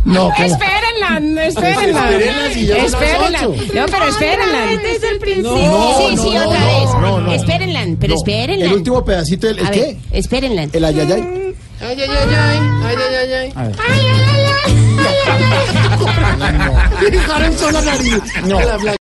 No, ¿cómo? Espérenla, espérenla. Espérenla, si ya son las Espérenla. ocho. No, pero espérenla. Desde el principio. No, sí, sí, no, otra no, vez. no, no. espérenla, pero No, espérenla. El último pedacito del. ¿El A qué? ver, espérenla. El ayayay. Ay, ay, ay, ay. Ay, ay, ay, ay. Ay, ay, ay, ay, ay, ay. Dejaron sola la nariz. No. La blanca.